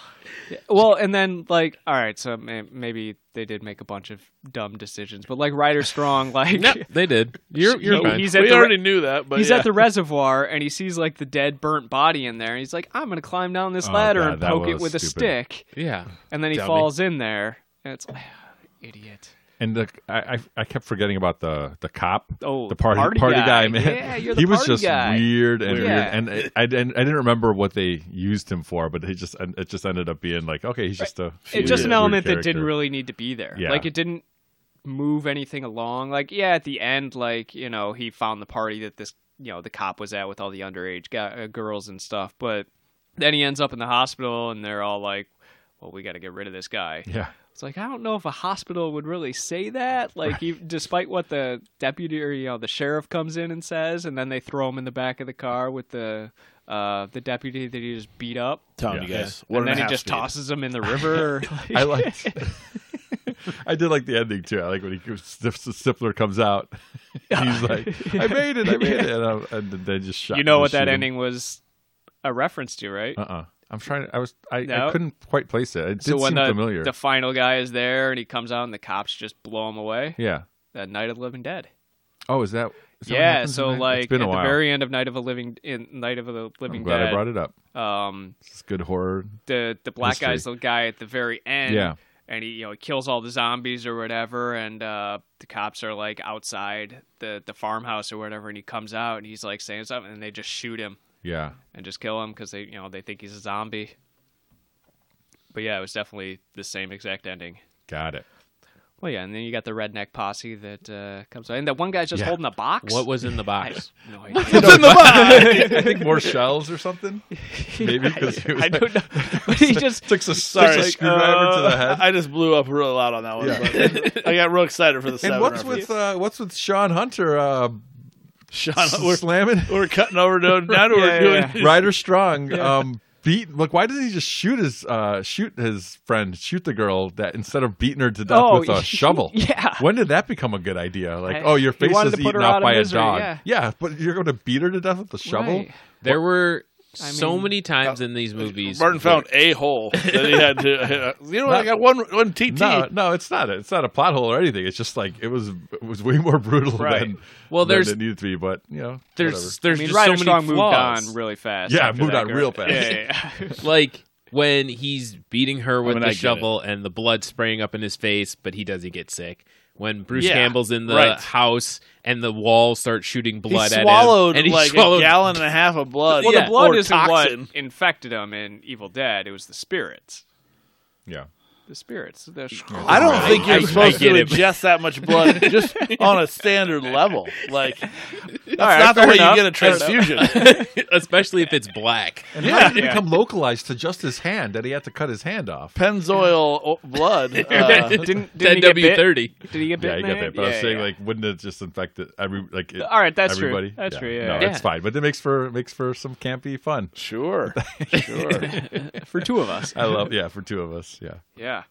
Yeah, Well, and then like, all right, so may- maybe they did make a bunch of dumb decisions, but like Ryder Strong, like no, they did. You're, you're he- fine. he's at we the re- already knew that, but he's yeah. at the reservoir and he sees like the dead, burnt body in there, and he's like, I'm gonna climb down this Oh, ladder God, and that poke it was with a stupid. stick, yeah. and then he Dummy. falls in there, and it's like, idiot. And the I, I I kept forgetting about the the cop. Oh, the party party, guy. man. Yeah, you're the he was party just guy. weird and Weird. weird. Yeah. And I, I didn't I didn't remember what they used him for, but he just it just ended up being like okay, he's just a it's just an weird element that character. didn't really need to be there. Yeah. Like it didn't move anything along. Like yeah, at the end, like you know, he found the party that this you know the cop was at with all the underage guy, uh, girls and stuff. But then he ends up in the hospital, and they're all like, "Well, we got to get rid of this guy." Yeah, It's like I don't know if a hospital would really say that. Like, ev despite what the deputy or you know the sheriff comes in and says, and then they throw him in the back of the car with the uh, the deputy that he just beat up, telling you Yeah. guys, one and and a then he half just speed. tosses him in the river. I liked. I did like the ending too. I like when he goes- Stif- Stifler comes out. He's like, "I made it! I made it!" And, I, and they just shot. you know what that ending was a reference to, right? Uh uh-uh. uh. i am trying. To, I was. I, No? I couldn't quite place it. It did so when seem the, familiar. the final guy is there and he comes out and the cops just blow him away, yeah. that Night of the Living Dead. Oh, is that? Is that what yeah, happens so in that? like it's been a at the while. very end of Night of the Living in Night of the Living I'm glad Dead, I brought it up. um, It's good horror. the the black History. guy's the guy at the very end. Yeah. And he, you know, he kills all the zombies or whatever, and uh, the cops are like outside the, the farmhouse or whatever, and he comes out and he's like saying something, and they just shoot him. Yeah. and just kill him because they you know they think he's a zombie. But yeah, it was definitely the same exact ending. Got it. Well, yeah, and then you got the redneck posse that uh, comes out, and that one guy's just Yeah. holding a box. What was in the I box? have no idea. in the box. I think more shells or something. Maybe because I don't know, but he just Took a Sorry, uh, sorry, screwdriver to the head. I just blew up real loud on that one. but I got real excited for the seven. And what's reference. with uh, what's with Sean Hunter? Uh, Sean? s- We're, slamming uh, we're cutting over to now. to Yeah, we're yeah, doing yeah. Ryder Strong. Um, beat. Like, why does he just shoot his uh, shoot his friend, shoot the girl that instead of beating her to death Oh, with a shovel? yeah. When did that become a good idea? Like, I- oh, your he face is wanted to put eaten her off out of by misery, a dog. yeah. but you're going to beat her to death with a shovel. Right. There were I so mean- many times in these movies. Martin where- found a hole that he had to. uh, you know, I got one one TT. No, no, it's not. A, it's not a plot hole or anything. It's just like it was. It was way more brutal Right. than Well, than there's- it needed to be. But you know, There's whatever. I there's mean, just Ryder so many Strong flaws. moved on really fast. Yeah, after moved that on girl. real fast. Yeah, yeah, yeah. like when he's beating her with mean, I the get shovel and the blood spraying up in his face, but he doesn't get sick. When Bruce Yeah, Campbell's in the right. house and the wall starts shooting he blood at swallowed him, and he like swallowed a gallon and a half of blood. Well, Yeah. the blood or isn't toxin. what infected him in Evil Dead. It was the spirits. yeah. The spirits. The I don't Oh, Right. think you're I- I supposed get to it. ingest that much blood just on a standard level. Like that's not the fair way enough. you get a Fair enough. transfusion. especially if it's black. And how did it Yeah. become localized to just his hand that he had to cut his hand off? Benzoyl o- blood. uh, didn't, didn't he get W bit? thirty. Did he get bit? Yeah, I in get the that. head? But I was Yeah, saying, yeah. like, wouldn't it just infect it, every like? It, All right, that's true. everybody? That's true, yeah, no, yeah. it's fine, but it makes for makes for some campy fun. sure, sure. for two of us. I love, yeah, for two of us, yeah. yeah,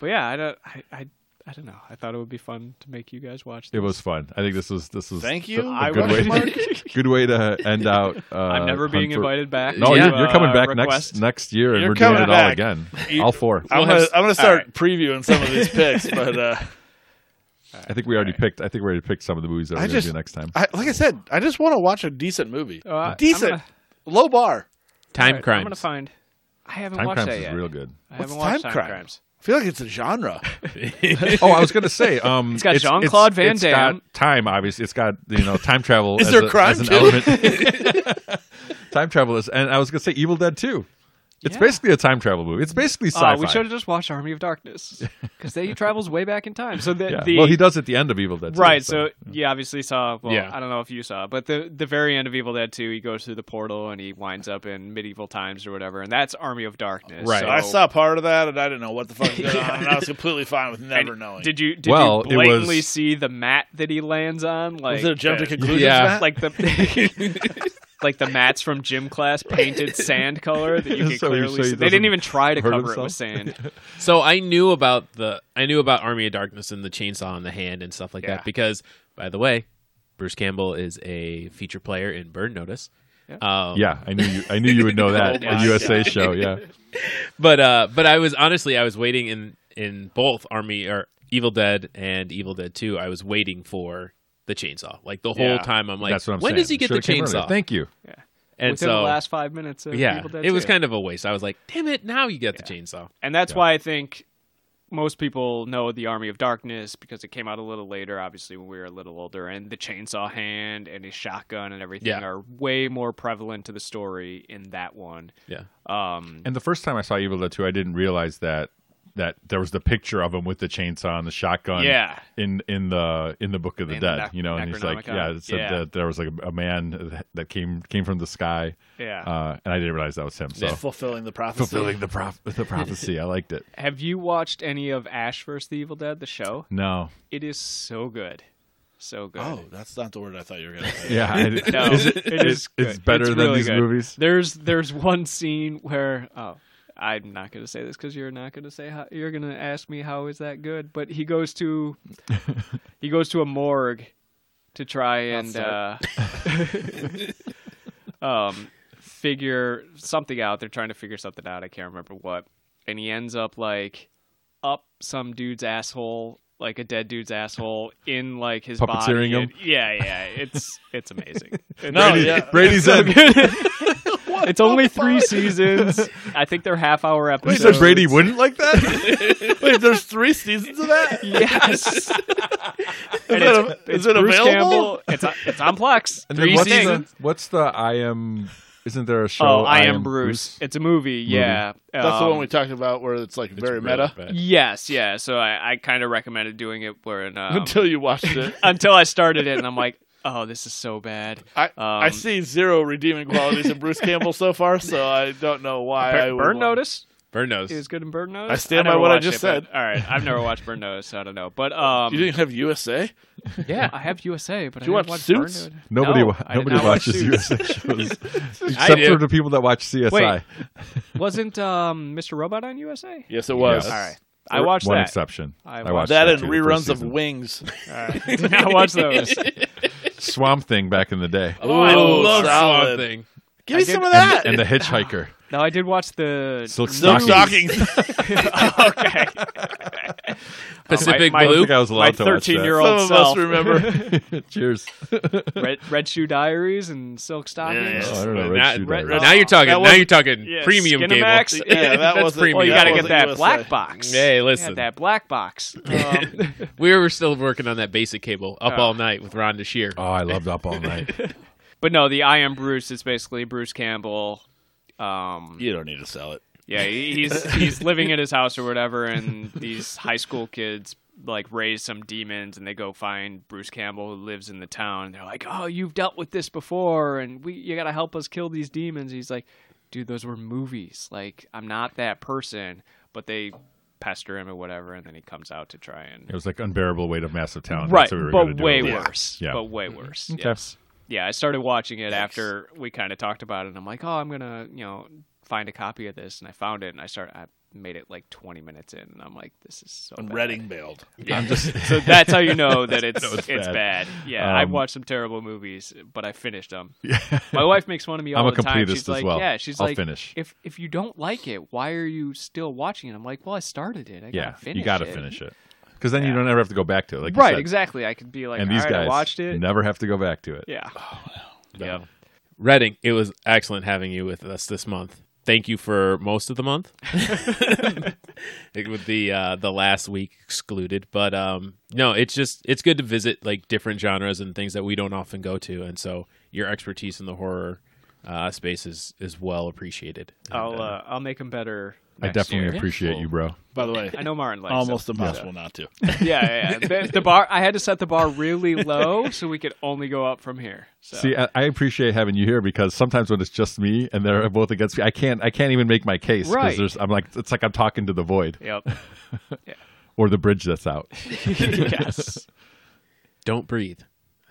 but yeah, I don't. I, I I don't know. I thought it would be fun to make you guys watch. It was fun. I think this was this was Thank you. a I good was way, good way to end out. Uh, I'm never being Hunt for- invited back. No, to, Yeah. you're, you're coming uh, back request. next next year, and You're we're doing coming it all back. again. You- all four. I'm We'll gonna, have- I'm gonna start right. previewing some of these picks, but uh, I think we already picked. I think we already picked some of the movies that I we're going just- to do next time. I, like I said, I just want to watch a decent movie. Uh, I'm decent, gonna- low bar. Time All right, I'm gonna crimes. find. I haven't Time watched Crimes that is yet. real good. I What's haven't watched Time Time, Crimes? Crimes. I feel like it's a genre. Oh, I was going to say, um, It's got Jean-Claude Van it's Damme. got time, obviously. It's got you know time travel. Is as there a- crime as an too? element? time travel is, and I was going to say Evil Dead too. It's Yeah. basically a time travel movie. It's basically sci-fi. Uh, we should have just watched Army of Darkness because he travels way back in time. So the, Yeah. the well, he does at the end of Evil Dead. too, right. So you obviously saw. Well, Yeah. I don't know if you saw, but the the very end of Evil Dead Two, he goes through the portal and he winds up in medieval times or whatever, and that's Army of Darkness. Right. So, I saw part of that, and I didn't know what the fuck was going on, and I was completely fine with and never knowing. Did you did Well, it you blatantly was- see the mat that he lands on? Like was it a jump to the- conclusions? yeah. Matt? like the like the mats from gym class painted sand color that you can So he- clearly so he see. They didn't doesn't even try to hurt cover it himself? with sand. So I knew about the I knew about Army of Darkness and the chainsaw in the hand and stuff like Yeah. that because, by the way, Bruce Campbell is a feature player in Burn Notice. Yeah. Um, yeah, I knew you. I knew you would know that. Oh a my USA God. show. Yeah, but uh but i was honestly i was waiting in in both army or evil dead and evil dead 2 i was waiting for the chainsaw like the whole Yeah. time i'm like that's what I'm when saying. does he get Should've the came earlier. chainsaw Thank you. and Within so the last five minutes of yeah Evil Dead it was 2. kind of a waste i was like damn it now you got the chainsaw And that's Yeah. why I think most people know the Army of Darkness because it came out a little later, obviously, when we were a little older. And the chainsaw hand and his shotgun and everything Yeah. are way more prevalent to the story in that one. yeah Um, And the first time I saw Evil Dead 2, I didn't realize that that there was the picture of him with the chainsaw and the shotgun. yeah. In in the in the Book of the In the Dead, Nec- you know, and he's like, Necronomicon. yeah, it said Yeah. that there was like a, a man that- that came came from the sky, Yeah. uh, and I didn't realize that was him. So fulfilling the prophecy. fulfilling the prof- the prophecy, I liked it. Have you watched any of Ash vs. the Evil Dead, the show? No, It is so good. So good. Oh, that's not the word I thought you were going to say. yeah, I, No, is it- it is. good. it's better than really these good. movies? There's there's one scene where oh, I'm not gonna say this because you're not gonna say how, you're gonna ask me how is that good, but he goes to he goes to a morgue to try and uh, um figure something out. They're trying to figure something out. I can't remember what, and he ends up like up some dude's asshole. Like a dead dude's asshole in like his body. Puppeteering him? and- Yeah, yeah, it's it's amazing. No, Brady- yeah. Brady's in. it's only three seasons. I think they're half hour You episodes. said Brady wouldn't like that. Wait, there's three seasons of that? Yes. And it- is it Bruce available? Campbell. It's on, it's on Plex. And then Three what's seasons. The, what's the I am? Isn't there a show? oh, I, am Bruce. It's a movie. Yeah. That's the Um, one we talked about where it's like very Really meta. bad. Yes. Yeah. So I, I kind of recommended doing it where in, um, Until you watched it. until I started it and I'm like, oh, this is so bad. I, I Um, see zero redeeming qualities in Bruce Campbell so far, so I don't know why. I Burn, would Burn want- Notice. Burn nose. It was good in Bird Notice. I stand by never what I watched just it, but- said. all right, I've never watched Bird Notice, so I don't know. But um, You didn't have USA? yeah. I have USA, but Did I you watch didn't watch Suits? Burn Notice. Nobody, No, wa- I did nobody not watch watches Suits. USA shows, I except do. for the people that watch CSI. Wait. Wasn't um, Mr. Robot on USA? Yes, it was. Yes. All right, I watched One that. exception. I I watched watched That and too, the first reruns of season. Wings. All right, did not watch those. Swamp Thing back in the day, Oh, I Ooh, love solid. Swamp Thing. Oh, Give me did- some of that. and the Hitchhiker, No, I did watch the Silk new- Silk stockings. okay, Pacific my- I Blue. think I was allowed my to watch that. Some thirteen-year-old of self. us remember. Cheers. Red, Red Shoe Diaries and Silk Stockings. Yeah, Oh, I don't know. Red now, Shoe Red- Diaries. Red- now you're talking. That Now wasn't- you're talking yeah, premium cable. Skinemax. Yeah, That's that wasn't- premium. Well, you got That to get wasn't that USA. black box. Hey, You had listen. that black box. Um, We were still working on that basic cable up Oh. all night with Ron Deshear. Oh, I loved Up All Night. but no, the I am Bruce is basically Bruce Campbell. Um, you don't need to sell it. Yeah, he- he's he's living at his house or whatever, and these high school kids like raise some demons, and they go find Bruce Campbell who lives in the town. And they're like, "Oh, you've dealt with this before, and we you gotta help us kill these demons." He's like, "Dude, those were movies. Like, I'm not that person." But they pester him or whatever, and then he comes out to try It and was like unbearable weight of massive talent. right, That's what we were gonna but do. way Yeah. worse. Yeah. But way worse. Okay. Yes. Yeah, I started watching it after we kind of talked about it, and I'm like, oh, I'm gonna, you know, find a copy of this, and I found it, and I started, I made it like 20 minutes in, and I'm like, this is so. When bad. Redding bailed. I'm just So that's how you know that it's it's it's, bad. bad. Yeah, I've Um, watched some terrible movies, but I finished them. My wife makes fun of me all I'm a the time. completist She's as like, well. yeah, she's I'll like, finish. if if you don't like it, why are you still watching it? I'm like, well, I started it. I yeah. gotta finish You got to it. finish it because then you don't ever have to go back to it. Like you right, said. exactly. I could be like, And all these right, guys I watched it. never Oh, have to go back to it. Yeah. Yeah. Reading, it was excellent having you with us this month. Thank you for most of the month, It- with the uh, the last week excluded. But um, no, it's just it's good to visit like different genres and things that we don't often go to, and so your expertise in the horror uh, space is is well appreciated. And, I'll uh, I'll make them better. I next definitely year. appreciate you, bro. By the way, I know Martin likes almost them. impossible not to. Yeah, yeah. yeah. The, the bar. I had to set the bar really low so we could only go up from here. So. See, I, I appreciate having you here because sometimes when it's just me and they're both against me, I can't I can't even make my case Right. there's I'm like it's like I'm talking to the void Yep. or the bridge that's out. yes. don't breathe.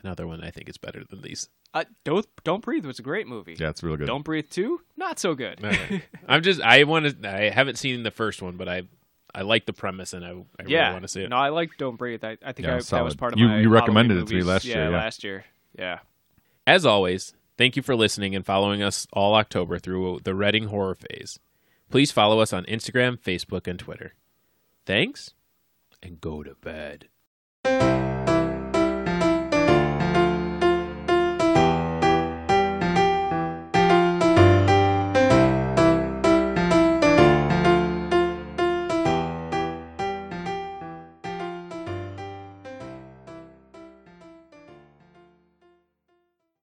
Another one I think is better than these. Uh, don't don't breathe was a great movie. Yeah, it's real good. Don't breathe too. Not so good. All right. I'm just I want to. I haven't seen the first one, but I I like the premise and I, I really yeah. want to see it. No, I like Don't Breathe. I, I think Yeah, I, it's that was solid. part of You- my you recommended Halloween it to me movies. last year, yeah. last year. Yeah. As always, thank you for listening and following us all October through the Reading horror phase. Please follow us on Instagram, Facebook, and Twitter. Thanks, and go to bed.